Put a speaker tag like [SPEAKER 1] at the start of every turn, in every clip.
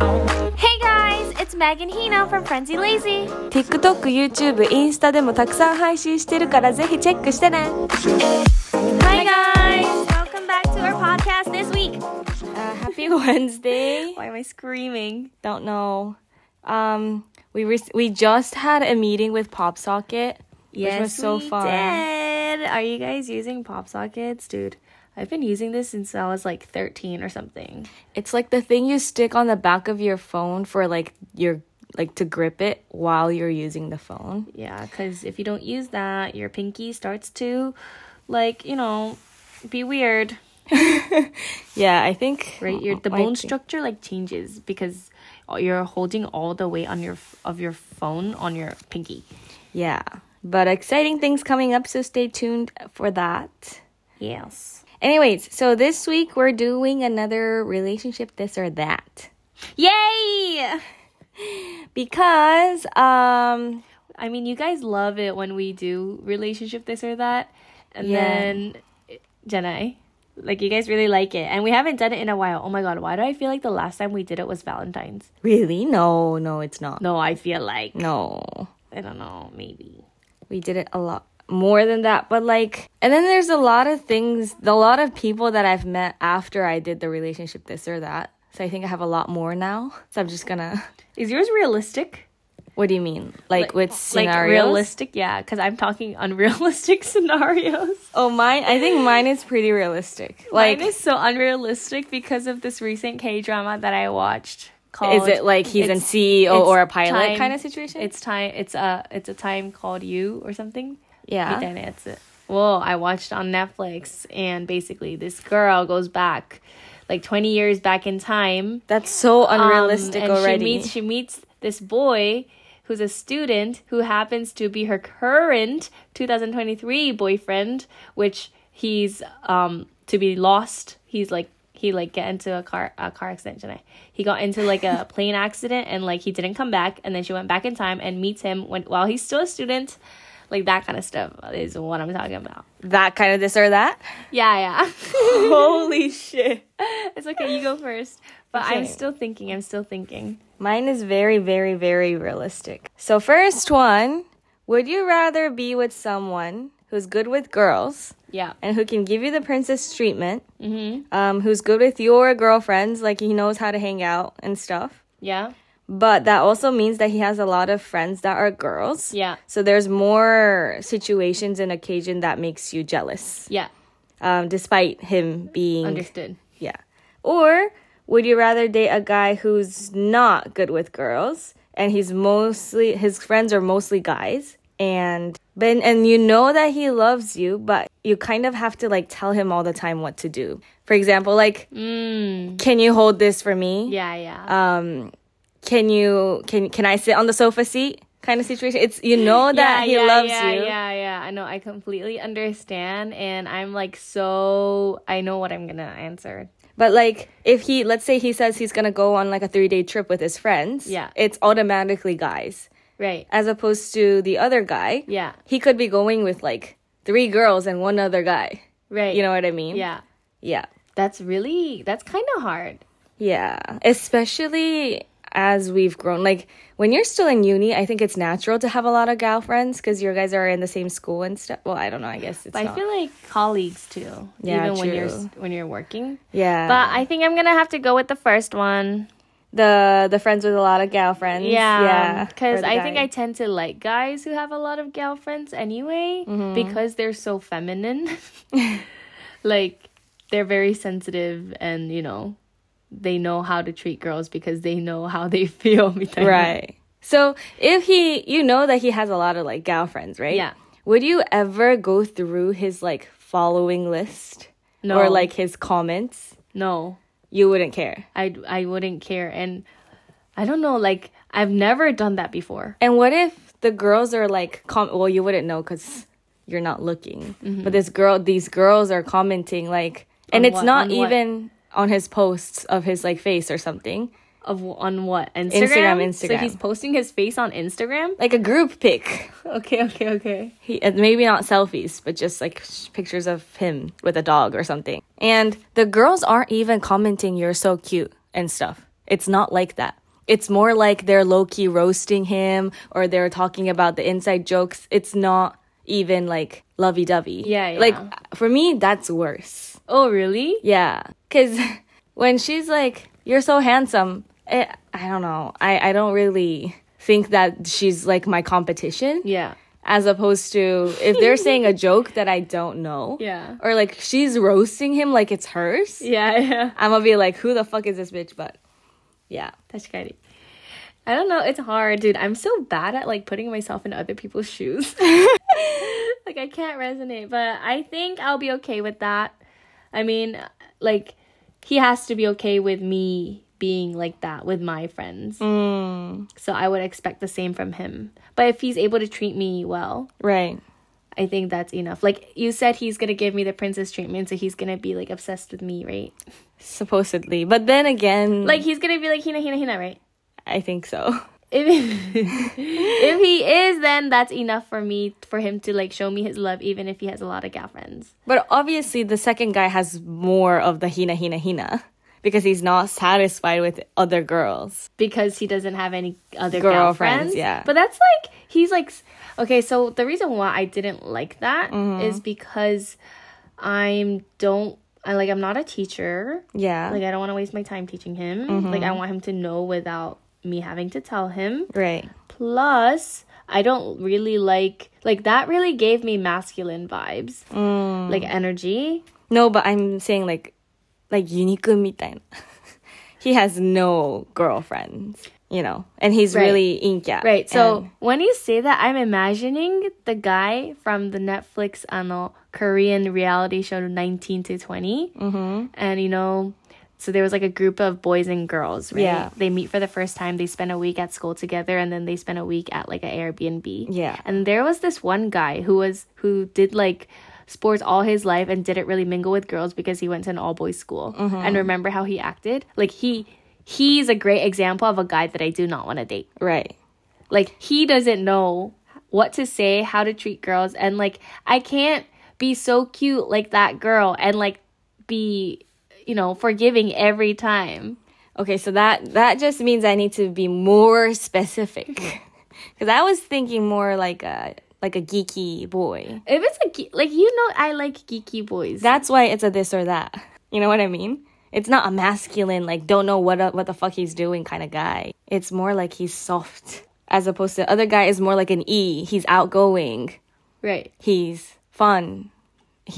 [SPEAKER 1] Hey guys, it's Meg and Hino from Frenzy Lazy.
[SPEAKER 2] TikTok、YouTube、インスタでもたくさん配信してるからぜひチェックしてね
[SPEAKER 1] Hi guys, welcome back to our podcast this week.
[SPEAKER 2] Happy Wednesday!
[SPEAKER 1] Why am I screaming?
[SPEAKER 2] Don't know. Um, we, re- we just had a meeting with PopSocket, which was so
[SPEAKER 1] we
[SPEAKER 2] fun.
[SPEAKER 1] did. Are you guys using pop sockets, dude? I've been using this since I was like 13 or something.
[SPEAKER 2] It's like the thing you stick on the back of your phone for like your like to grip it while you're using the phone.
[SPEAKER 1] Yeah, because if you don't use that, your pinky starts to, like, you know, be weird,
[SPEAKER 2] Yeah, I think
[SPEAKER 1] right? Your the
[SPEAKER 2] my
[SPEAKER 1] bone
[SPEAKER 2] thing-
[SPEAKER 1] structure like changes because you're holding all the weight on your of your phone on your pinky.
[SPEAKER 2] Yeah. But exciting things coming up, so stay tuned for that.
[SPEAKER 1] Yes.
[SPEAKER 2] Anyways, so this week we're doing another relationship this or that
[SPEAKER 1] Yay!
[SPEAKER 2] because um
[SPEAKER 1] I mean, you guys love it when we do relationship this or that, and
[SPEAKER 2] Yeah.
[SPEAKER 1] then Jenai, like you guys really like it, and we haven't done it in a while. Oh my god, why do I feel like the last time we did it was Valentine's?
[SPEAKER 2] really no no it's not
[SPEAKER 1] No, I feel like
[SPEAKER 2] no
[SPEAKER 1] I don't know, maybe.
[SPEAKER 2] we did it a lot more than that but like and then there's a lot of things a lot of people that i've met after i did the relationship this or that so i think i have a lot more now so i'm just gonna
[SPEAKER 1] Is yours realistic?
[SPEAKER 2] what do you mean like, with scenarios
[SPEAKER 1] Like realistic, yeah, because I'm talking unrealistic scenarios.
[SPEAKER 2] oh mine i think mine is pretty realistic like
[SPEAKER 1] Mine is so unrealistic because of this recent K drama that I watched. Called
[SPEAKER 2] is it like he's in
[SPEAKER 1] It's-
[SPEAKER 2] ceo or a
[SPEAKER 1] it's
[SPEAKER 2] pilot
[SPEAKER 1] time-
[SPEAKER 2] kind of situation
[SPEAKER 1] It's time. It's a it's a time called you or something.
[SPEAKER 2] Yeah.
[SPEAKER 1] Then it's it. Well, I watched on Netflix, and basically this girl goes back, like twenty years back in time.
[SPEAKER 2] that's so
[SPEAKER 1] um,
[SPEAKER 2] unrealistic
[SPEAKER 1] and
[SPEAKER 2] already
[SPEAKER 1] She meets she meets this boy who's a student who happens to be her current 2023 boyfriend, which he's um to be lost. He's like he like get into a car a car accident. Didn't I? He got into like a plane accident and like he didn't come back. And then she went back in time and meets him when while he's still a student. Like that kind of stuff is what I'm talking about.
[SPEAKER 2] that kind of this or that
[SPEAKER 1] Yeah, yeah.
[SPEAKER 2] holy shit
[SPEAKER 1] it's okay. You go first. But I'm
[SPEAKER 2] Okay.
[SPEAKER 1] still thinking. I'm still thinking.
[SPEAKER 2] Mine is very, very, very realistic. So, first one Would you rather be with someone who's good with girls
[SPEAKER 1] Yeah.
[SPEAKER 2] and who can give you the princess treatment, um, who's good with your girlfriends, like he knows how to hang out and stuff?
[SPEAKER 1] Yeah.
[SPEAKER 2] But that also means that he has a lot of friends that are girls.
[SPEAKER 1] Yeah.
[SPEAKER 2] So, there's more situations and occasion that makes you jealous,
[SPEAKER 1] Yeah.
[SPEAKER 2] um, despite him being.
[SPEAKER 1] Understood.
[SPEAKER 2] Yeah. Or would you rather date a guy who's not good with girls and he's mostly his friends are mostly guys and but and you know that he loves you but you kind of have to like tell him all the time what to do. For example, like can you hold this for me?
[SPEAKER 1] Mm. Yeah, yeah.
[SPEAKER 2] Um can you can can I sit on the sofa seat? Kind of situation. It's you know that he
[SPEAKER 1] yeah,
[SPEAKER 2] loves
[SPEAKER 1] yeah,
[SPEAKER 2] you.
[SPEAKER 1] Yeah, yeah. I know. I completely understand, and I'm like so. I know what I'm gonna answer.
[SPEAKER 2] But like if he let's say he says he's gonna go on like a three day trip with his friends,
[SPEAKER 1] Yeah.
[SPEAKER 2] it's automatically guys.
[SPEAKER 1] Right.
[SPEAKER 2] As opposed to the other guy.
[SPEAKER 1] Yeah.
[SPEAKER 2] He could be going with like three girls and one other guy.
[SPEAKER 1] Right.
[SPEAKER 2] You know what I mean?
[SPEAKER 1] Yeah.
[SPEAKER 2] Yeah.
[SPEAKER 1] That's really. That's kind of hard.
[SPEAKER 2] Yeah. Especially as we've grown. Like when you're still in uni, I think it's natural to have a lot of gal friends because your guys are in the same school and stuff. Well, I don't know, I guess it's
[SPEAKER 1] But I
[SPEAKER 2] not.
[SPEAKER 1] feel like colleagues too.
[SPEAKER 2] Yeah,
[SPEAKER 1] Even when you're
[SPEAKER 2] true.
[SPEAKER 1] when you're working.
[SPEAKER 2] yeah.
[SPEAKER 1] But I think I'm gonna have to go with the first one.
[SPEAKER 2] the the friends with a lot of gal friends.
[SPEAKER 1] Yeah,
[SPEAKER 2] Yeah.
[SPEAKER 1] Because
[SPEAKER 2] Or the
[SPEAKER 1] I think
[SPEAKER 2] guy.
[SPEAKER 1] I tend to like guys who have a lot of gal friends anyway,
[SPEAKER 2] Mm-hmm.
[SPEAKER 1] because they're so feminine. like, they're very sensitive, and you know, they know how to treat girls because they know how they feel.
[SPEAKER 2] Right. So if he, you know that he has a lot of like gal friends, right?
[SPEAKER 1] Yeah.
[SPEAKER 2] Would you ever go through his like following list?
[SPEAKER 1] No.
[SPEAKER 2] Or like his comments?
[SPEAKER 1] No,
[SPEAKER 2] You wouldn't care.
[SPEAKER 1] I I wouldn't care, and I don't know. Like, I've never done that before.
[SPEAKER 2] And what if the girls are like, com- well, you wouldn't know because you're not looking. But this girl, these girls are commenting like, and
[SPEAKER 1] Mm-hmm. On
[SPEAKER 2] it's
[SPEAKER 1] what-
[SPEAKER 2] not
[SPEAKER 1] on what?
[SPEAKER 2] even on his posts of his like face or something,
[SPEAKER 1] Of on what Instagram?
[SPEAKER 2] Instagram,
[SPEAKER 1] So
[SPEAKER 2] Instagram.
[SPEAKER 1] he's posting his face on Instagram.
[SPEAKER 2] like a group pic.
[SPEAKER 1] Okay, okay, okay.
[SPEAKER 2] he and maybe not selfies but just like sh- pictures of him with a dog or something and the girls aren't even commenting you're so cute and stuff It's not like that. It's more like they're low key roasting him or they're talking about the inside jokes. It's not even like lovey dovey.
[SPEAKER 1] Yeah, yeah.
[SPEAKER 2] Like for me, that's worse.
[SPEAKER 1] Oh, really?
[SPEAKER 2] Yeah, because when she's like, "You're so handsome," eh, I don't know. I I don't really think that she's like my competition.
[SPEAKER 1] Yeah.
[SPEAKER 2] As opposed to if they're saying a joke that I don't know.
[SPEAKER 1] Yeah.
[SPEAKER 2] Or like she's roasting him like it's hers.
[SPEAKER 1] Yeah, yeah.
[SPEAKER 2] I'm gonna be like, who the fuck is this bitch? But yeah.
[SPEAKER 1] 確かに I don't know, it's hard, dude. I'm so bad at like putting myself in other people's shoes. like I can't resonate, but I think I'll be okay with that. I mean, like he has to be okay with me being like that with my friends. So I would expect the same from him. But if he's able to treat me well,
[SPEAKER 2] Right.
[SPEAKER 1] I think that's enough. Like you said he's going to give me the princess treatment, so he's going to be like obsessed with me, right?
[SPEAKER 2] Supposedly. But then again,
[SPEAKER 1] Like he's going to be like hina hina hina, right?
[SPEAKER 2] I think so.
[SPEAKER 1] if if he is then that's enough for me for him to like show me his love even if he has a lot of girlfriends
[SPEAKER 2] But obviously, the second guy has more of the hina hina hina because he's not satisfied with other girls.
[SPEAKER 1] because he doesn't have any other girlfriends,
[SPEAKER 2] Girlfriends, yeah.
[SPEAKER 1] but that's like he's like s- okay so the reason why i didn't like that is because i'm don't i like i'm not a teacher
[SPEAKER 2] Yeah.
[SPEAKER 1] like i don't want to waste my time teaching him like i want him to know without me having to tell him
[SPEAKER 2] right.
[SPEAKER 1] plus i don't really like like that really gave me masculine vibes like energy
[SPEAKER 2] No, but I'm saying like, like Yunikun みたいな. he has no girlfriends, you know, and he's
[SPEAKER 1] Right.
[SPEAKER 2] really inkia.
[SPEAKER 1] right so
[SPEAKER 2] And-
[SPEAKER 1] when you say that i'm imagining the guy from the netflix ano, korean reality show 19 to 20 mm-hmm. and you know so there was like a group of boys and girls right
[SPEAKER 2] Yeah.
[SPEAKER 1] they meet for the first time they spend a week at school together and then they spend a week at like an airbnb
[SPEAKER 2] Yeah.
[SPEAKER 1] and there was this one guy who was who did like sports all his life and didn't really mingle with girls because he went to an all boys school
[SPEAKER 2] Mm-hmm.
[SPEAKER 1] and remember how he acted like he he's a great example of a guy that i do not want to date
[SPEAKER 2] right.
[SPEAKER 1] like he doesn't know what to say how to treat girls and like i can't be so cute like that girl and like be you know forgiving every time
[SPEAKER 2] Okay, so that that just means I need to be more specific, because I was thinking more like a like a geeky boy.
[SPEAKER 1] if it's a ge- like you know i like geeky boys
[SPEAKER 2] That's why it's a this or that. You know what I mean? It's not a masculine like don't know what what the fuck he's doing kind of guy. It's more like he's soft, as opposed to other guy is more like an E. He's outgoing.
[SPEAKER 1] right
[SPEAKER 2] he's fun.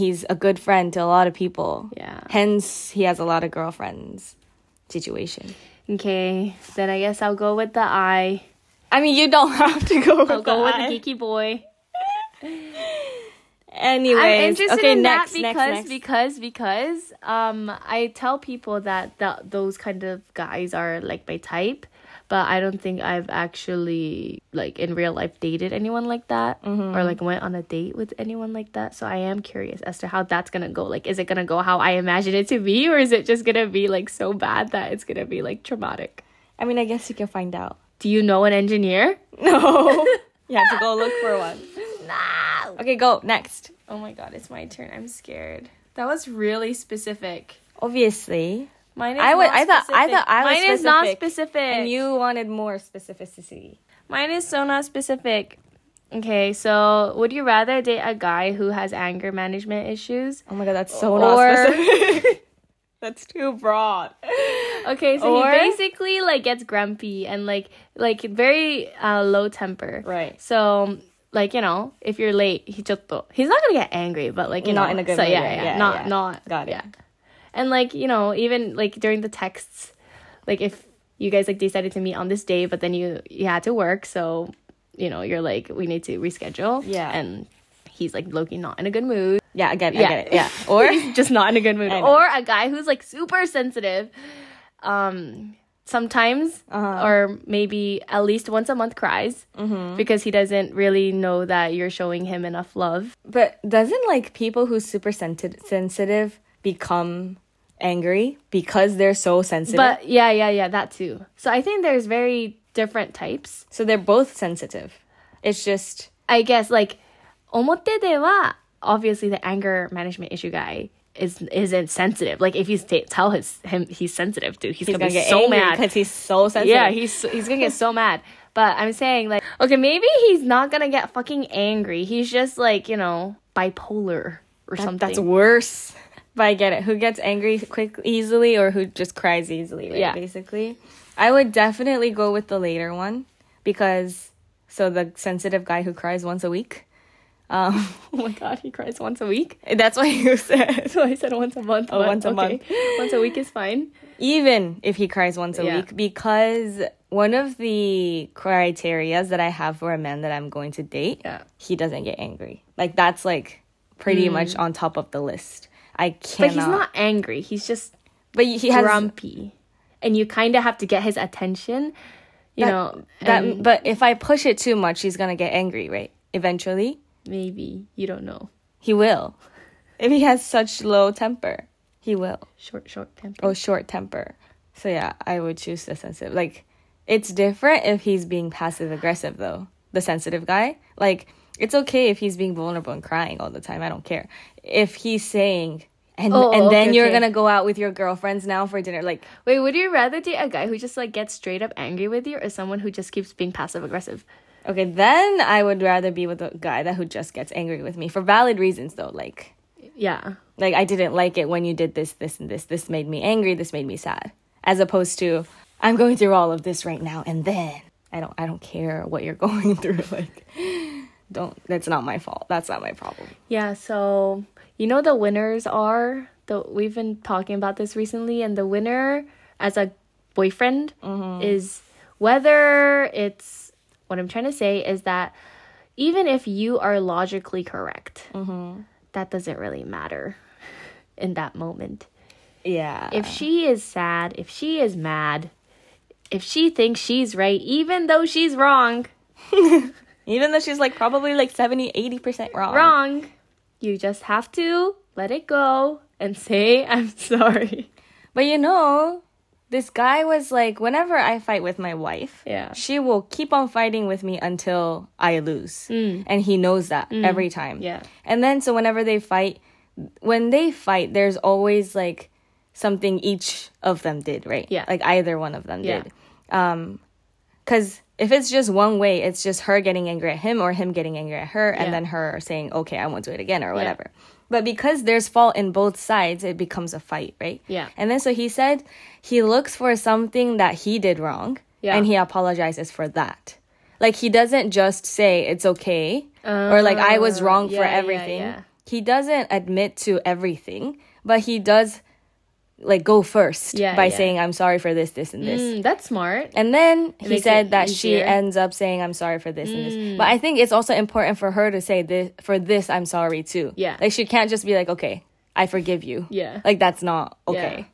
[SPEAKER 2] He's a good friend to a lot of people.
[SPEAKER 1] Yeah.
[SPEAKER 2] Hence, he has a lot of girlfriends. Situation.
[SPEAKER 1] okay then i guess i'll go with the i
[SPEAKER 2] I mean, you don't have to go with,
[SPEAKER 1] I'll go with
[SPEAKER 2] that.
[SPEAKER 1] the geeky boy.
[SPEAKER 2] Anyways,
[SPEAKER 1] I'm interested
[SPEAKER 2] okay,
[SPEAKER 1] in
[SPEAKER 2] next,
[SPEAKER 1] that because
[SPEAKER 2] next, next.
[SPEAKER 1] because because um I tell people that that those kind of guys are like my type, but I don't think I've actually like in real life dated anyone like that or like went on a date with anyone like that. So I am curious as to how that's gonna go. Like, is it gonna go how I imagine it to be, or is it just gonna be like so bad that it's gonna be like traumatic?
[SPEAKER 2] I mean, I guess you can find out.
[SPEAKER 1] Do you know an engineer?
[SPEAKER 2] No, you have to go look for one.
[SPEAKER 1] No.
[SPEAKER 2] Okay, go next.
[SPEAKER 1] Oh my god, it's my turn. I'm scared. That was really specific.
[SPEAKER 2] Obviously,
[SPEAKER 1] Mine is
[SPEAKER 2] I would-
[SPEAKER 1] not
[SPEAKER 2] I thought- I
[SPEAKER 1] specific.
[SPEAKER 2] thought I was
[SPEAKER 1] Mine is not
[SPEAKER 2] specific.
[SPEAKER 1] specific.
[SPEAKER 2] and you wanted more specificity.
[SPEAKER 1] Mine is so not specific. Okay, so would you rather date a guy who has anger management issues?
[SPEAKER 2] Oh my god, that's so
[SPEAKER 1] Or-
[SPEAKER 2] not specific. that's too broad.
[SPEAKER 1] Okay, so
[SPEAKER 2] Or-
[SPEAKER 1] he basically like gets grumpy and like like very uh, low temper.
[SPEAKER 2] Right.
[SPEAKER 1] So like you know, if you're late, he just he's not gonna get angry, but like you
[SPEAKER 2] Not
[SPEAKER 1] know,
[SPEAKER 2] in a good
[SPEAKER 1] so
[SPEAKER 2] way,
[SPEAKER 1] yeah,
[SPEAKER 2] right?
[SPEAKER 1] yeah,
[SPEAKER 2] Yeah,
[SPEAKER 1] not
[SPEAKER 2] yeah.
[SPEAKER 1] not
[SPEAKER 2] Got it.
[SPEAKER 1] yeah. And like you know, even like during the texts, like if you guys like decided to meet on this day, but then you you had to work, so you know you're like we need to reschedule.
[SPEAKER 2] Yeah.
[SPEAKER 1] and he's like Loki not in a good mood.
[SPEAKER 2] Yeah, again,
[SPEAKER 1] Yeah.
[SPEAKER 2] I get it. Yeah, or
[SPEAKER 1] He's just not in a good mood.
[SPEAKER 2] I know.
[SPEAKER 1] Or a guy who's like super sensitive. Um sometimes or maybe at least once a month cries because he doesn't really know that you're showing him enough love.
[SPEAKER 2] But doesn't like people who super senti- sensitive become angry because they're so sensitive?
[SPEAKER 1] But yeah, yeah, yeah, that too. So I think there's very different types.
[SPEAKER 2] so they're both sensitive. It's just
[SPEAKER 1] I guess like omotete wa obviously the anger management issue guy is isn't sensitive. Like if you sta tell his him he's sensitive, dude, he's,
[SPEAKER 2] He's
[SPEAKER 1] gonna,
[SPEAKER 2] gonna
[SPEAKER 1] be
[SPEAKER 2] get
[SPEAKER 1] so mad.
[SPEAKER 2] because he's so sensitive.
[SPEAKER 1] Yeah, he's he's gonna get so mad. But I'm saying like, okay, maybe he's not gonna get fucking angry. He's just like you know bipolar or something.
[SPEAKER 2] That's worse. But I get it. Who gets angry quick easily or who just cries easily, right?
[SPEAKER 1] Yeah.
[SPEAKER 2] Basically. I would definitely go with the later one because so the sensitive guy who cries once a week. Um
[SPEAKER 1] oh my god, he cries once a week.
[SPEAKER 2] that's what you said.
[SPEAKER 1] So I said once a month.
[SPEAKER 2] Oh,
[SPEAKER 1] but
[SPEAKER 2] once a month.
[SPEAKER 1] once a week is fine.
[SPEAKER 2] Even if he cries once a
[SPEAKER 1] Yeah.
[SPEAKER 2] week because one of the criterias that I have for a man that I'm going to date,
[SPEAKER 1] Yeah. Mm.
[SPEAKER 2] he doesn't get angry. Like that's like pretty much on top of the list. I cannot.
[SPEAKER 1] But he's not angry. He's just
[SPEAKER 2] But he has
[SPEAKER 1] grumpy, and you kind of have to get his attention. You
[SPEAKER 2] That-
[SPEAKER 1] know
[SPEAKER 2] that
[SPEAKER 1] and
[SPEAKER 2] but if i push it too much he's gonna get angry right eventually
[SPEAKER 1] maybe you don't know.
[SPEAKER 2] he will if he has such low temper he will
[SPEAKER 1] Short, short temper.
[SPEAKER 2] or short temper so yeah i would choose the sensitive like it's different if he's being passive aggressive though the sensitive guy like it's okay if he's being vulnerable and crying all the time i don't care if he's saying and,
[SPEAKER 1] Oh,
[SPEAKER 2] and then
[SPEAKER 1] okay,
[SPEAKER 2] you're
[SPEAKER 1] okay.
[SPEAKER 2] gonna go out with your girlfriends now for dinner like
[SPEAKER 1] Wait, would you rather date a guy who just like gets straight up angry with you, or someone who just keeps being passive aggressive?
[SPEAKER 2] Okay, then I would rather be with a guy that who just gets angry with me for valid reasons though. Like
[SPEAKER 1] Yeah.
[SPEAKER 2] like I didn't like it when you did this, this and this. This made me angry, this made me sad. As opposed to I'm going through all of this right now and then I don't I don't care what you're going through. Like don't that's not my fault. That's not my problem.
[SPEAKER 1] Yeah, so you know the winners are the we've been talking about this recently and the winner as a boyfriend is whether it's what I'm trying to say is that even if you are logically correct, that doesn't really matter in that moment.
[SPEAKER 2] Yeah.
[SPEAKER 1] If she is sad, if she is mad, if she thinks she's right, even though she's wrong,
[SPEAKER 2] Even though she's like probably like 70, 80% wrong.
[SPEAKER 1] wrong, you just have to let it go and say, I'm sorry.
[SPEAKER 2] But you know, this guy was like, whenever I fight with my wife,
[SPEAKER 1] Yeah.
[SPEAKER 2] she will keep on fighting with me until I lose. And he knows that every time.
[SPEAKER 1] Mm. Yeah.
[SPEAKER 2] And then, so whenever they fight, when they fight, there's always like something each of them did, right?
[SPEAKER 1] Yeah.
[SPEAKER 2] Like either one of them
[SPEAKER 1] Yeah.
[SPEAKER 2] did. Because if it's just one way, it's just her getting angry at him or him getting angry at her, and
[SPEAKER 1] Yeah.
[SPEAKER 2] then her saying, okay, I won't do it again or whatever. But because there's fault in both sides, it becomes a fight, right?
[SPEAKER 1] Yeah.
[SPEAKER 2] And then so he said he looks for something that he did wrong
[SPEAKER 1] Yeah.
[SPEAKER 2] and he apologizes for that. Like he doesn't just say it's okay or like I was wrong
[SPEAKER 1] Oh, yeah,
[SPEAKER 2] for
[SPEAKER 1] yeah,
[SPEAKER 2] everything.
[SPEAKER 1] yeah.
[SPEAKER 2] He doesn't admit to everything, but he does like go first
[SPEAKER 1] Yeah,
[SPEAKER 2] by
[SPEAKER 1] yeah.
[SPEAKER 2] saying I'm sorry for this, this and this.
[SPEAKER 1] Mm, that's smart.
[SPEAKER 2] And then he
[SPEAKER 1] makes
[SPEAKER 2] said
[SPEAKER 1] it
[SPEAKER 2] that she
[SPEAKER 1] easier.
[SPEAKER 2] ends up saying, "I'm sorry for this and this." But I think it's also important for her to say this for this, I'm sorry too.
[SPEAKER 1] Yeah.
[SPEAKER 2] like she can't just be like, "Okay, I forgive you."
[SPEAKER 1] Yeah.
[SPEAKER 2] like that's not okay.
[SPEAKER 1] Yeah.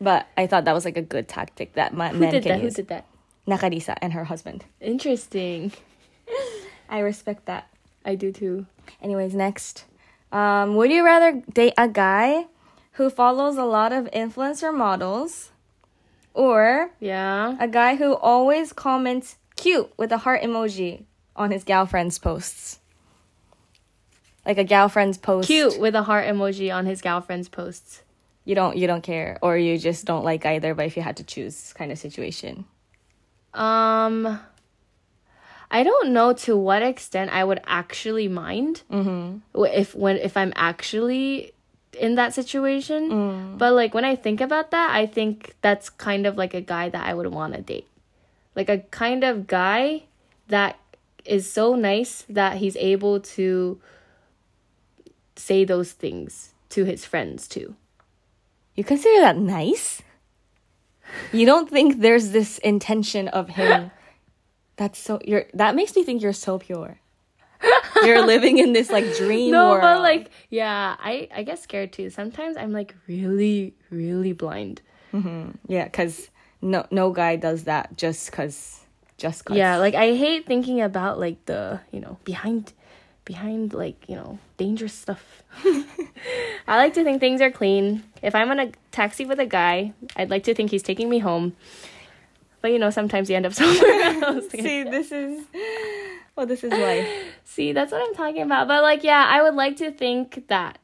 [SPEAKER 2] But I thought that was like a good tactic that my
[SPEAKER 1] Who
[SPEAKER 2] men
[SPEAKER 1] did
[SPEAKER 2] can
[SPEAKER 1] that? Who
[SPEAKER 2] use.
[SPEAKER 1] did that?
[SPEAKER 2] Nakarisa and her husband.
[SPEAKER 1] Interesting.
[SPEAKER 2] I respect that.
[SPEAKER 1] I do too.
[SPEAKER 2] Anyways, next. Um, would you rather date a guy who follows a lot of influencer models or
[SPEAKER 1] Yeah.
[SPEAKER 2] a guy who always comments cute with a heart emoji on his gal friend's posts? Like a gal friend's post.
[SPEAKER 1] Cute with a heart emoji on his girlfriend's posts.
[SPEAKER 2] You don't you don't care or you just don't like either, but if you had to choose kind of situation.
[SPEAKER 1] Um, I don't know to what extent I would actually mind mm-hmm. if when if I'm actually in that situation. But like when I think about that, I think that's kind of like a guy that I would want to date, like a kind of guy that is so nice that he's able to say those things to his friends too.
[SPEAKER 2] You consider that nice? You don't think there's this intention of him. That's so you're that makes me think you're so pure. You're living in this like dream
[SPEAKER 1] No,
[SPEAKER 2] world.
[SPEAKER 1] but like, um, yeah, I I get scared too. Sometimes I'm like really, really blind.
[SPEAKER 2] yeah, cuz no no guy does that just cuz just cuz.
[SPEAKER 1] Yeah, like I hate thinking about like the you know behind, behind like you know dangerous stuff. I like to think things are clean. If I'm on a taxi with a guy, I'd like to think he's taking me home. But you know, sometimes you end up somewhere else.
[SPEAKER 2] See, this is well, this is life.
[SPEAKER 1] See, that's what I'm talking about. But like, yeah, I would like to think that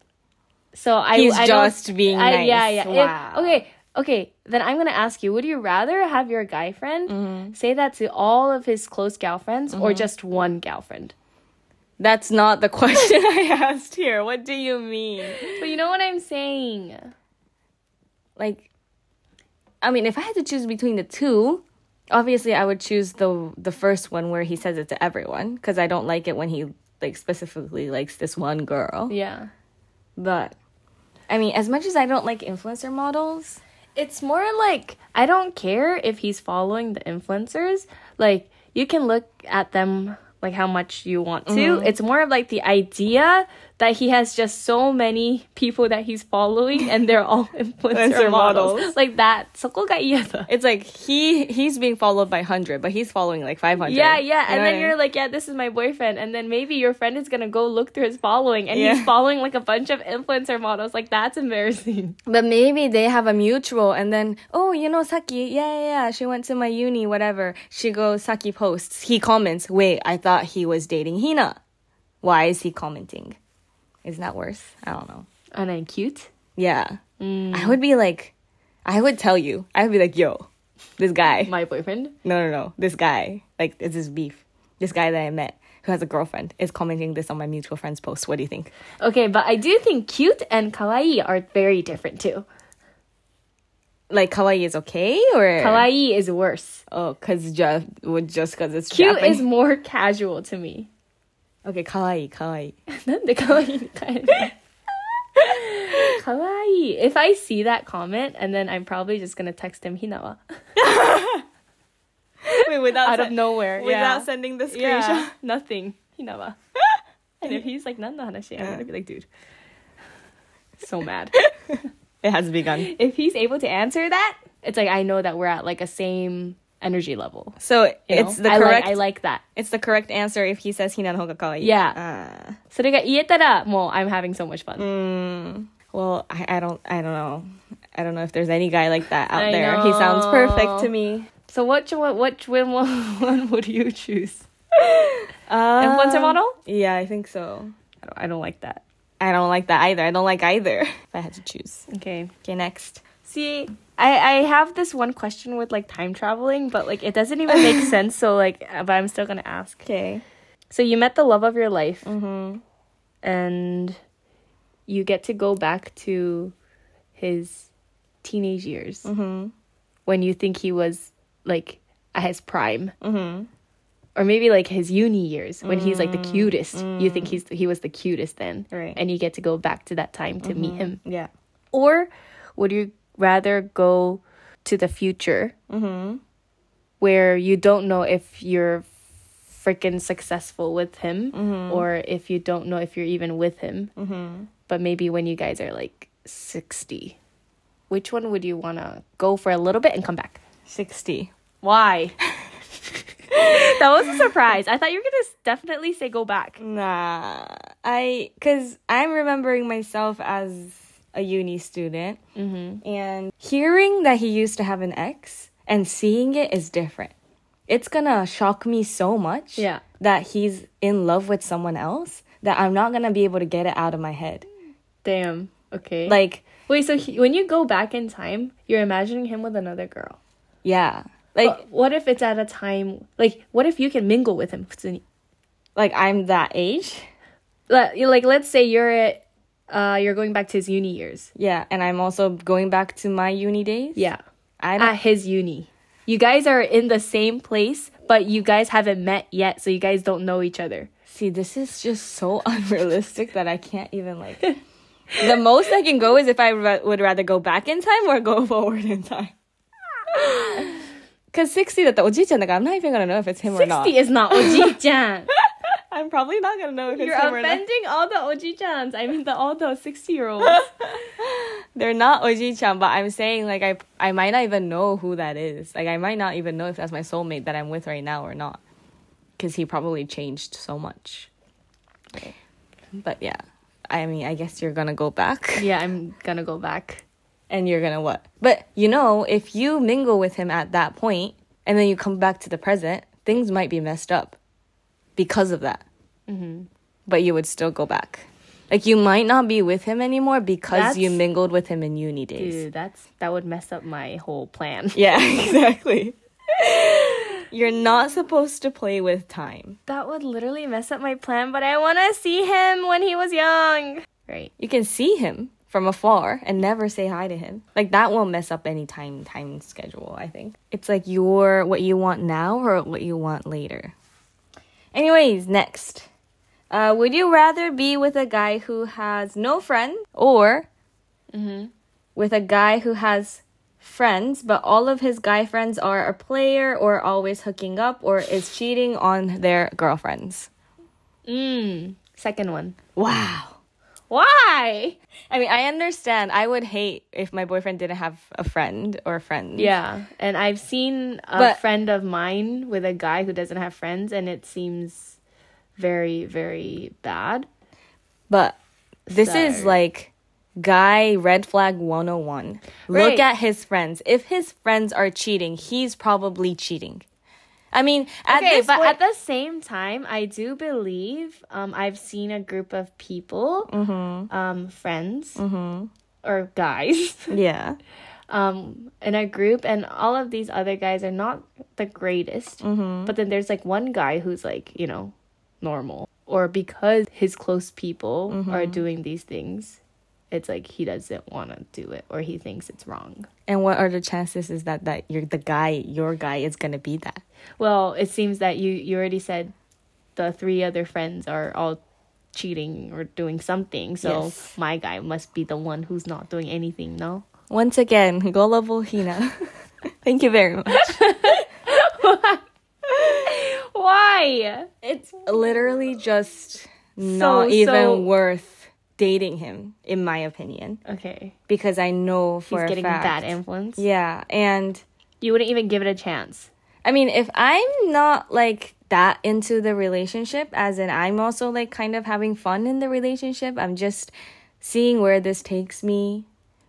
[SPEAKER 1] So I
[SPEAKER 2] He's
[SPEAKER 1] I don't-
[SPEAKER 2] just being
[SPEAKER 1] I-
[SPEAKER 2] nice.
[SPEAKER 1] Yeah, yeah. If-
[SPEAKER 2] Wow.
[SPEAKER 1] okay, okay. Then I'm gonna ask you: Would you rather have your guy friend
[SPEAKER 2] Mm-hmm.
[SPEAKER 1] say that to all of his close gal friends, or just one gal friend?
[SPEAKER 2] That's not the question I asked here. What do you mean?
[SPEAKER 1] But you know what I'm saying.
[SPEAKER 2] Like, I mean, if I had to choose between the two, obviously I would choose the the first one where he says it to everyone because I don't like it when he like specifically likes this one girl.
[SPEAKER 1] Yeah,
[SPEAKER 2] But I mean, as much as I don't like influencer models,
[SPEAKER 1] it's more like I don't care if he's following the influencers. Like you can look at them like how much you want to.
[SPEAKER 2] Mm-hmm.
[SPEAKER 1] It's more of like the idea that he has just so many people that he's following and they're all influencer,
[SPEAKER 2] Influencer
[SPEAKER 1] models.
[SPEAKER 2] models.
[SPEAKER 1] Like that. そこが嫌だ。
[SPEAKER 2] it's like he he's being followed by hundred, but he's following like five hundred.
[SPEAKER 1] Yeah, yeah. And then you're like, yeah, this is my boyfriend. And then maybe your friend is going to go look through his following and he's
[SPEAKER 2] Yeah.
[SPEAKER 1] following like a bunch of influencer models. Like, that's embarrassing.
[SPEAKER 2] But maybe they have a mutual, and then oh, you know Saki, yeah, yeah, yeah, she went to my uni, whatever. She goes, Saki posts, he comments. Wait, I thought he was dating Hina. Why is he commenting? Isn't that worse? I don't know.
[SPEAKER 1] And I'm cute.
[SPEAKER 2] Yeah,
[SPEAKER 1] Mm.
[SPEAKER 2] I would be like, I would tell you, I would be like, yo, this guy.
[SPEAKER 1] My boyfriend.
[SPEAKER 2] No, no, no, this guy. Like, it's this beef. This guy that I met who has a girlfriend is commenting this on my mutual friend's post. What do you think?
[SPEAKER 1] Okay, but I do think cute and kawaii are very different too.
[SPEAKER 2] Like, kawaii is okay, or
[SPEAKER 1] Kawaii is worse.
[SPEAKER 2] Oh, cause just would just cause it's
[SPEAKER 1] Cute
[SPEAKER 2] Japanese.
[SPEAKER 1] is more casual to me.
[SPEAKER 2] Okay, kawaii, kawaii.
[SPEAKER 1] なんで可愛いのか。kawaii. If I see that comment, and then I'm probably just gonna text him Hinawa
[SPEAKER 2] Wait, without
[SPEAKER 1] out of
[SPEAKER 2] sen-
[SPEAKER 1] nowhere.
[SPEAKER 2] without
[SPEAKER 1] yeah.
[SPEAKER 2] sending the screenshot.
[SPEAKER 1] Yeah, nothing. Hinawa. and if he's like, 何の話? I'm gonna be like, dude. So mad.
[SPEAKER 2] It has begun.
[SPEAKER 1] if he's able to answer that, it's like I know that we're at like a same energy level.
[SPEAKER 2] So
[SPEAKER 1] you
[SPEAKER 2] it's
[SPEAKER 1] know?
[SPEAKER 2] the
[SPEAKER 1] I
[SPEAKER 2] correct.
[SPEAKER 1] Like, I like that.
[SPEAKER 2] it's the correct answer if he says hinanohoga kawaii.
[SPEAKER 1] Yeah.
[SPEAKER 2] Uh,
[SPEAKER 1] それが言えたらもう I'm having so much fun.
[SPEAKER 2] well, I, I don't. I don't know. I don't know if there's any guy like that out
[SPEAKER 1] I
[SPEAKER 2] there. He sounds perfect to
[SPEAKER 1] know.
[SPEAKER 2] me.
[SPEAKER 1] So what what which one one would you choose?
[SPEAKER 2] Uh,
[SPEAKER 1] Influencer model?
[SPEAKER 2] Yeah, I think so.
[SPEAKER 1] I don't, I don't like that.
[SPEAKER 2] I don't like that either. I don't like either. If I had to choose.
[SPEAKER 1] Okay.
[SPEAKER 2] Okay, next.
[SPEAKER 1] See, I I have this one question with like time traveling, but like it doesn't even make sense. So like, uh, but I'm still gonna ask.
[SPEAKER 2] Okay.
[SPEAKER 1] So you met the love of your life, and you get to go back to his teenage years when you think he was like at his prime, or maybe like his uni years when he's like the cutest. You think he's he was the cutest then,
[SPEAKER 2] Right.
[SPEAKER 1] and you get to go back to that time to meet him.
[SPEAKER 2] Yeah.
[SPEAKER 1] Or would you rather go to the future Mm-hmm. where you don't know if you're freaking successful with him or if you don't know if you're even with him? But maybe when you guys are like 60, which one would you want to go for a little bit and come back?
[SPEAKER 2] Sixty.
[SPEAKER 1] Why? that was a surprise. I thought you were going to definitely say go back.
[SPEAKER 2] Nah, I because I'm remembering myself as a uni student,
[SPEAKER 1] Mm-hmm.
[SPEAKER 2] and hearing that he used to have an ex and seeing it is different. It's gonna shock me so much
[SPEAKER 1] Yeah.
[SPEAKER 2] that he's in love with someone else that I'm not gonna be able to get it out of my head.
[SPEAKER 1] Damn. Okay. Like,
[SPEAKER 2] Like,
[SPEAKER 1] wait, so he, when you go back in time, you're imagining him with another girl.
[SPEAKER 2] yeah, like
[SPEAKER 1] But what if it's at a time like what if you can mingle with him? 普通に。
[SPEAKER 2] like I'm that age,
[SPEAKER 1] Like, like let's say you're at uh you're going back to his uni years.
[SPEAKER 2] yeah, and I'm also going back to my uni days.
[SPEAKER 1] Yeah.
[SPEAKER 2] I don't,
[SPEAKER 1] At his uni. You guys are in the same place, but you guys haven't met yet, so you guys don't know each other.
[SPEAKER 2] See, this is just so unrealistic that I can't even like. the most I can go is if I ra- would rather go back in time or go forward in time. Because 60 that the oji-chan, like, I'm not even gonna know if it's him or not.
[SPEAKER 1] 60 is not oji-chan.
[SPEAKER 2] I'm probably not gonna know if it's
[SPEAKER 1] You're
[SPEAKER 2] him or not.
[SPEAKER 1] offending all the oji-chans. I mean the all the 60-year-olds.
[SPEAKER 2] They're not oji-chan, but I'm saying like I I might not even know who that is. Like I might not even know if that's my soulmate that I'm with right now or not. Cause he probably changed so much. But yeah. I mean, I guess you're gonna go back.
[SPEAKER 1] yeah, I'm gonna go back.
[SPEAKER 2] and you're gonna what? But you know, if you mingle with him at that point and then you come back to the present, things
[SPEAKER 1] Mm-hmm.
[SPEAKER 2] might be messed up because of that. But you would still go back. Like you might not be with him anymore because
[SPEAKER 1] That's-
[SPEAKER 2] you mingled with him in uni days.
[SPEAKER 1] Dude, that's that would mess up my whole plan.
[SPEAKER 2] Yeah, exactly. You're not supposed to play with time.
[SPEAKER 1] That would literally mess up my plan, but I want to see him when he was young. Right.
[SPEAKER 2] You can see him from afar and never say hi to him. Like that won't mess up any time time schedule, I think. It's like your what you want now or what you want later. Anyways, next. Uh, would you rather be with a guy who has no friend or with a guy who has friends, but all of his guy friends are a player or always hooking up or is cheating on their girlfriends?
[SPEAKER 1] Mm. Second one.
[SPEAKER 2] Wow.
[SPEAKER 1] Why?
[SPEAKER 2] I mean, I understand. I would hate if my boyfriend didn't have a friend or friends.
[SPEAKER 1] Yeah. And I've seen a
[SPEAKER 2] But-
[SPEAKER 1] friend of mine with a guy who doesn't have friends and it seems very very bad.
[SPEAKER 2] But this is
[SPEAKER 1] Sorry.
[SPEAKER 2] like guy red flag 101. Look
[SPEAKER 1] Right.
[SPEAKER 2] at his friends. If his friends are cheating, he's probably cheating. I mean, at
[SPEAKER 1] Okay,
[SPEAKER 2] this
[SPEAKER 1] but
[SPEAKER 2] point,
[SPEAKER 1] at the same time, I do believe um, I've seen a group of people, um, friends, Mm-hmm. or guys,
[SPEAKER 2] yeah.
[SPEAKER 1] um, in a group, and all of these other guys are not the greatest.
[SPEAKER 2] Mm-hmm.
[SPEAKER 1] But then there's like one guy who's like, you know, normal. Or because his close people
[SPEAKER 2] Mm-hmm.
[SPEAKER 1] are doing these things, it's like he doesn't want to do it or he thinks it's wrong.
[SPEAKER 2] And what are the chances is that that you're the guy, your guy is going to be that?
[SPEAKER 1] Well, it seems that you you already said the three other friends are all cheating or doing something. So
[SPEAKER 2] Yes.
[SPEAKER 1] my guy must be the one who's not doing anything, no?
[SPEAKER 2] Once again, gullible Hina. Thank you very much.
[SPEAKER 1] Why?
[SPEAKER 2] It's literally just not even
[SPEAKER 1] so-
[SPEAKER 2] worth dating him, in my opinion,
[SPEAKER 1] Okay.
[SPEAKER 2] because I know for
[SPEAKER 1] He's
[SPEAKER 2] a
[SPEAKER 1] getting
[SPEAKER 2] fact.
[SPEAKER 1] bad influence.
[SPEAKER 2] Yeah, and
[SPEAKER 1] You wouldn't even give it a chance.
[SPEAKER 2] I mean, if I'm not like that into the relationship, as in I'm also like kind of having fun in the relationship, I'm just seeing where this takes me.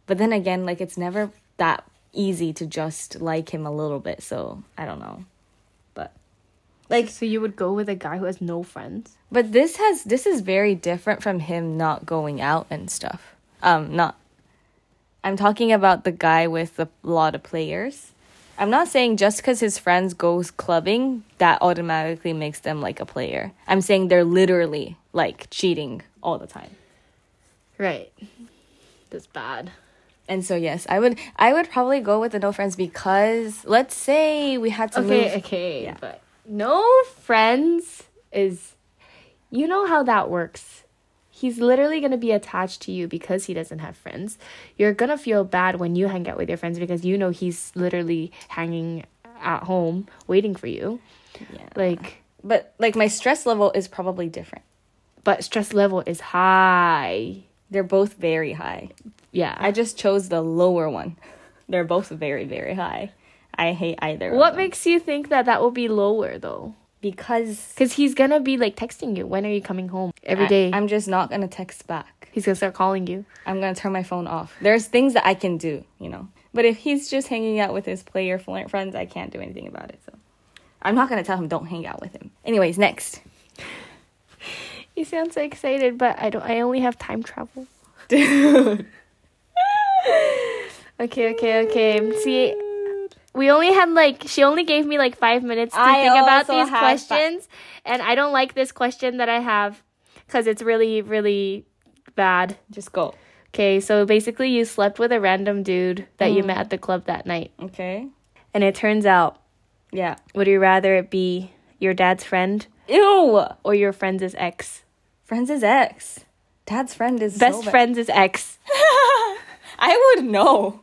[SPEAKER 2] But then again, like it's never that easy to just like him a little bit, so I don't know. But like
[SPEAKER 1] So you would go with a guy who has no friends?
[SPEAKER 2] But this has this is very different from him not going out and stuff. Um, not. I'm talking about the guy with a lot of players. I'm not saying just because his friends goes clubbing that automatically makes them like a player. I'm saying they're literally like cheating all the time.
[SPEAKER 1] Right. That's bad.
[SPEAKER 2] And so yes, I would I would probably go with the no friends because let's say we had to
[SPEAKER 1] Okay,
[SPEAKER 2] move.
[SPEAKER 1] okay.
[SPEAKER 2] Yeah.
[SPEAKER 1] But no friends is you know how that works. He's literally going to be attached to you because he doesn't have friends. You're going to feel bad when you hang out with your friends because you know he's literally hanging at home waiting for you.
[SPEAKER 2] Yeah.
[SPEAKER 1] Like
[SPEAKER 2] But like my stress level is probably different.
[SPEAKER 1] but stress level is high.
[SPEAKER 2] They're both very high.
[SPEAKER 1] Yeah.
[SPEAKER 2] I just chose the lower one. They're both very, very high. I hate either.
[SPEAKER 1] what
[SPEAKER 2] One.
[SPEAKER 1] makes you think that that will be lower though?
[SPEAKER 2] Because
[SPEAKER 1] Cuz he's going to be like texting you, "When are you coming home?" every
[SPEAKER 2] I-
[SPEAKER 1] day.
[SPEAKER 2] I'm just not gonna text back.
[SPEAKER 1] he's going to start calling you.
[SPEAKER 2] I'm gonna turn my phone off. There's things that I can do, you know. But if he's just hanging out with his player fl- friends, I can't do anything about it. So I'm not gonna tell him don't hang out with him. Anyways, next.
[SPEAKER 1] You sound so excited, but I don't. I only have time travel. okay, okay, okay. See, we only had like she only gave me like five minutes to
[SPEAKER 2] I
[SPEAKER 1] think about
[SPEAKER 2] also
[SPEAKER 1] these
[SPEAKER 2] had
[SPEAKER 1] questions, and I don't like this question that I have because it's really, really bad.
[SPEAKER 2] Just go.
[SPEAKER 1] Okay, so basically, you slept with a random dude that you met at the club that night,
[SPEAKER 2] Okay.
[SPEAKER 1] and it turns out,
[SPEAKER 2] Yeah.
[SPEAKER 1] would you rather it be your dad's friend
[SPEAKER 2] Ew.
[SPEAKER 1] or your friend's ex?
[SPEAKER 2] Friends is ex. Dad's friend is so
[SPEAKER 1] Best
[SPEAKER 2] bad.
[SPEAKER 1] friend's is ex.
[SPEAKER 2] I would know.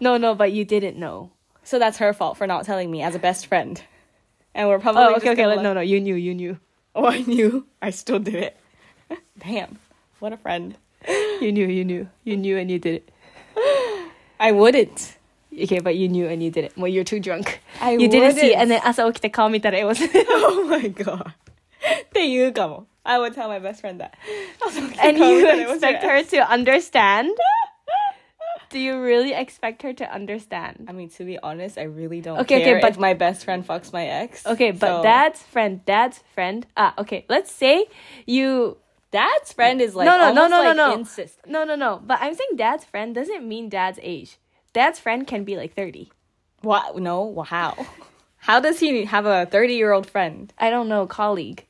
[SPEAKER 1] No, no, but you didn't know.
[SPEAKER 2] So that's her fault for not telling me as a best friend. And we're probably
[SPEAKER 1] Oh,
[SPEAKER 2] just
[SPEAKER 1] okay, okay.
[SPEAKER 2] gonna
[SPEAKER 1] let- No, no, you knew, you knew,
[SPEAKER 2] Oh, I knew. I still do it. Damn. What a friend.
[SPEAKER 1] you knew, you knew, you knew, and you did
[SPEAKER 2] I wouldn't.
[SPEAKER 1] it. Okay, but you knew and you did it. Well, you're too drunk.
[SPEAKER 2] I
[SPEAKER 1] you didn't see, it,
[SPEAKER 2] wouldn't.
[SPEAKER 1] and then asa okite kao mita it was,
[SPEAKER 2] oh my god. They you come. I would tell my best friend that.
[SPEAKER 1] and you expect her to understand. Do you really expect her to understand?
[SPEAKER 2] I mean, to be honest, I really don't
[SPEAKER 1] Okay, okay,
[SPEAKER 2] care
[SPEAKER 1] but-
[SPEAKER 2] if my best friend fucks my ex.
[SPEAKER 1] Okay, but
[SPEAKER 2] so-
[SPEAKER 1] dad's friend, dad's friend. Ah, okay. Let's say you
[SPEAKER 2] Dad's friend is like
[SPEAKER 1] no, no, no,
[SPEAKER 2] almost,
[SPEAKER 1] no, no,
[SPEAKER 2] like,
[SPEAKER 1] no,
[SPEAKER 2] insist.
[SPEAKER 1] no, no, no. But I'm saying dad's friend doesn't mean dad's age. Dad's friend can be like thirty.
[SPEAKER 2] What? No. Well, how? How does he have a thirty-year-old friend?
[SPEAKER 1] I don't know colleague,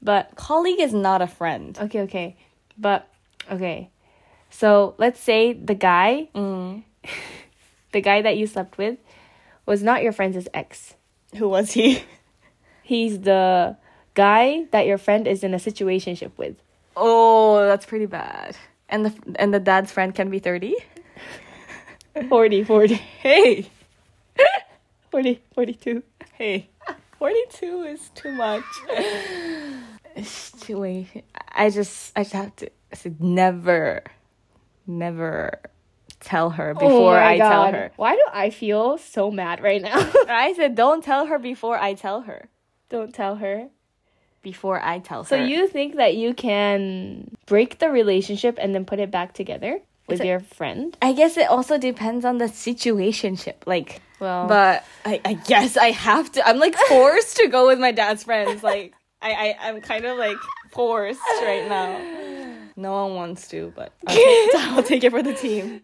[SPEAKER 1] but
[SPEAKER 2] Colleague is not a friend.
[SPEAKER 1] okay, okay, but okay. So let's say the guy,
[SPEAKER 2] Mm.
[SPEAKER 1] the guy that you slept with, was not your friend's ex.
[SPEAKER 2] Who was he?
[SPEAKER 1] He's the guy that your friend is in a situationship with.
[SPEAKER 2] Oh, that's pretty bad. And the and the dad's friend can be thirty.
[SPEAKER 1] 40, 40,
[SPEAKER 2] Hey,
[SPEAKER 1] 40, 42.
[SPEAKER 2] hey, forty-two is too much. Wait, I just I just have to. I said never, never tell her before I tell her.
[SPEAKER 1] Oh Why do I feel so mad right now?
[SPEAKER 2] I said don't tell her before I tell her.
[SPEAKER 1] Don't tell her.
[SPEAKER 2] Before I tell
[SPEAKER 1] So
[SPEAKER 2] her.
[SPEAKER 1] you think that you can break the relationship and then put it back together
[SPEAKER 2] It's
[SPEAKER 1] with
[SPEAKER 2] a-
[SPEAKER 1] your friend?
[SPEAKER 2] I guess it also depends on the situationship. Like,
[SPEAKER 1] Well-
[SPEAKER 2] but I, I guess I have to. I'm like forced to go with my dad's friends. Like, I, I, I'm kind of like forced right now. No one wants to, but I'll take, I'll take it for the team.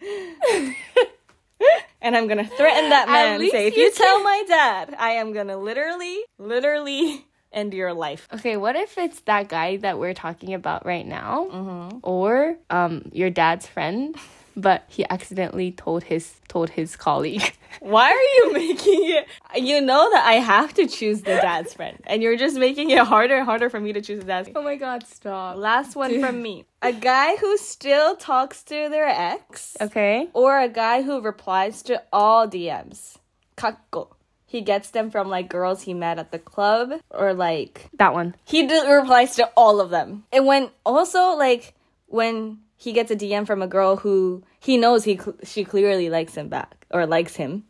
[SPEAKER 2] and I'm gonna threaten that man.
[SPEAKER 1] least
[SPEAKER 2] Say, if
[SPEAKER 1] you
[SPEAKER 2] you tell my dad, I am gonna literally, literally end your life.
[SPEAKER 1] Okay, what if it's that guy that we're talking about right now, or um your dad's friend, but he accidentally told his told his colleague.
[SPEAKER 2] Why are you making it? You know that I have to choose the dad's friend, and you're just making it harder and harder for me to choose the dad's.
[SPEAKER 1] Oh my god! Stop.
[SPEAKER 2] Last one from me. A guy who still talks to their ex,
[SPEAKER 1] Okay.
[SPEAKER 2] or a guy who replies to all DMs. Kakko. He gets them from like girls he met at the club, or like
[SPEAKER 1] That one.
[SPEAKER 2] he d- replies to all of them. And when also like when he gets a DM from a girl who he knows he cl- she clearly likes him back or likes him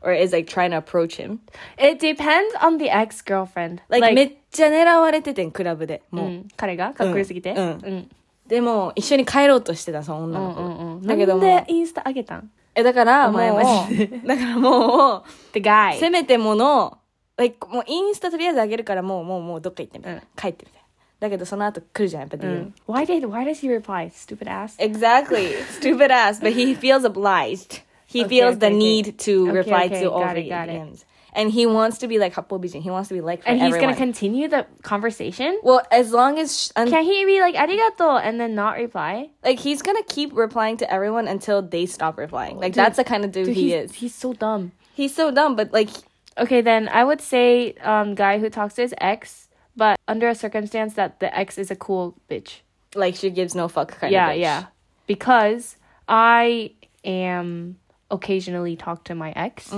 [SPEAKER 2] or is like trying to approach him.
[SPEAKER 1] It depends on the ex girlfriend.
[SPEAKER 2] めっちゃ狙われててんクラブでもう、
[SPEAKER 1] 彼がかっこよすぎて。
[SPEAKER 2] うん
[SPEAKER 1] うん
[SPEAKER 2] でも一緒に帰ろうとしてたその女の子、
[SPEAKER 1] うんうん。な
[SPEAKER 2] だ
[SPEAKER 1] ん
[SPEAKER 2] けども
[SPEAKER 1] でインスタ上げたん
[SPEAKER 2] えだからも
[SPEAKER 1] 前ま
[SPEAKER 2] う だからも
[SPEAKER 1] ?The
[SPEAKER 2] う
[SPEAKER 1] guy.
[SPEAKER 2] せめてもの like もうインスタとりあえずあげるからもうもうもうどっか行ってみたいな、
[SPEAKER 1] うん
[SPEAKER 2] 帰ってみたいなだけどその後来るじゃんやっぱ DM、
[SPEAKER 1] Why did why does he reply? Stupid ass.
[SPEAKER 2] Exactly. Stupid ass, but he feels obliged. He
[SPEAKER 1] Okay,
[SPEAKER 2] feels the
[SPEAKER 1] okay, okay.
[SPEAKER 2] need to
[SPEAKER 1] Okay,
[SPEAKER 2] reply
[SPEAKER 1] okay,
[SPEAKER 2] to all
[SPEAKER 1] got
[SPEAKER 2] the
[SPEAKER 1] it, got it.
[SPEAKER 2] DMs. And he wants to be like Happobijin. He wants to be like for
[SPEAKER 1] And he's
[SPEAKER 2] everyone.
[SPEAKER 1] gonna continue the conversation.
[SPEAKER 2] well, as long as sh- un-
[SPEAKER 1] Can he be like arigato and then not reply?
[SPEAKER 2] like he's gonna keep replying to everyone until they stop replying. Like that's the kind of dude,
[SPEAKER 1] Dude,
[SPEAKER 2] he
[SPEAKER 1] he's-
[SPEAKER 2] is.
[SPEAKER 1] He's so dumb.
[SPEAKER 2] He's so dumb, but like
[SPEAKER 1] Okay, then I would say um guy who talks to his ex, but under a circumstance that the ex is a cool bitch.
[SPEAKER 2] like she gives no fuck kind
[SPEAKER 1] Yeah,
[SPEAKER 2] of bitch.
[SPEAKER 1] yeah. Because I am occasionally talk to my ex,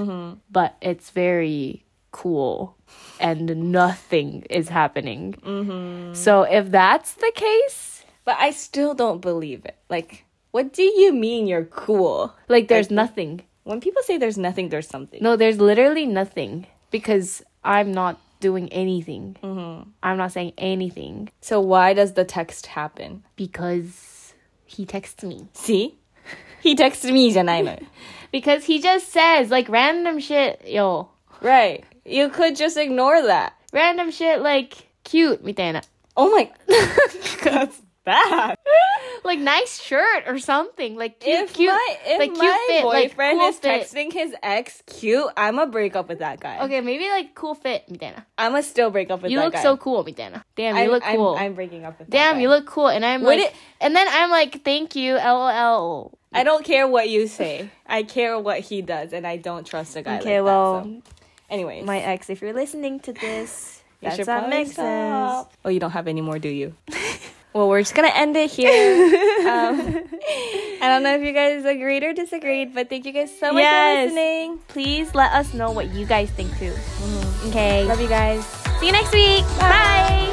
[SPEAKER 1] but it's very cool and nothing is happening. So if that's the case,
[SPEAKER 2] But I still don't believe it. Like, what do you mean you're cool?
[SPEAKER 1] like there's nothing.
[SPEAKER 2] When people say there's nothing, there's something.
[SPEAKER 1] No, there's literally nothing because I'm not doing anything.
[SPEAKER 2] Mm-hmm.
[SPEAKER 1] I'm not saying anything
[SPEAKER 2] So why does the text happen?
[SPEAKER 1] because he texts me.
[SPEAKER 2] See? He texted me じゃないの。
[SPEAKER 1] Because he just says like random shit, yo.
[SPEAKER 2] Right. You could just ignore that.
[SPEAKER 1] Random shit like cute みたいな.
[SPEAKER 2] Oh my That's bad.
[SPEAKER 1] Like nice shirt or something. Like cute,
[SPEAKER 2] If
[SPEAKER 1] cute.
[SPEAKER 2] my if
[SPEAKER 1] like, cute
[SPEAKER 2] my
[SPEAKER 1] fit, like,
[SPEAKER 2] boyfriend
[SPEAKER 1] cool
[SPEAKER 2] is
[SPEAKER 1] fit.
[SPEAKER 2] texting his ex cute, I'ma break up with that guy.
[SPEAKER 1] Okay, maybe like cool fit みたいな.
[SPEAKER 2] I'ma still break up with
[SPEAKER 1] You
[SPEAKER 2] that
[SPEAKER 1] look
[SPEAKER 2] guy.
[SPEAKER 1] so cool みたいな. Damn, you
[SPEAKER 2] I'm,
[SPEAKER 1] look
[SPEAKER 2] I'm-
[SPEAKER 1] cool.
[SPEAKER 2] I'm, breaking up with that
[SPEAKER 1] Damn,
[SPEAKER 2] guy.
[SPEAKER 1] you look cool. And I'm
[SPEAKER 2] Would
[SPEAKER 1] like,
[SPEAKER 2] it-
[SPEAKER 1] and then I'm like, thank you, lol.
[SPEAKER 2] I don't care what you say. I care what he does and I don't trust a guy
[SPEAKER 1] Okay,
[SPEAKER 2] like
[SPEAKER 1] well,
[SPEAKER 2] that. So. Anyways.
[SPEAKER 1] my ex, if you're listening to this,
[SPEAKER 2] you
[SPEAKER 1] that's
[SPEAKER 2] should
[SPEAKER 1] what
[SPEAKER 2] probably
[SPEAKER 1] makes sense.
[SPEAKER 2] stop. Oh, you don't have any more, do you? well, we're just gonna end it here.
[SPEAKER 1] Um, I don't know if you guys agreed or disagreed, but thank you guys so
[SPEAKER 2] much for
[SPEAKER 1] yes.
[SPEAKER 2] listening.
[SPEAKER 1] Please let us know what you guys think too. Okay.
[SPEAKER 2] Mm-hmm. Love you guys.
[SPEAKER 1] See you next week. Bye.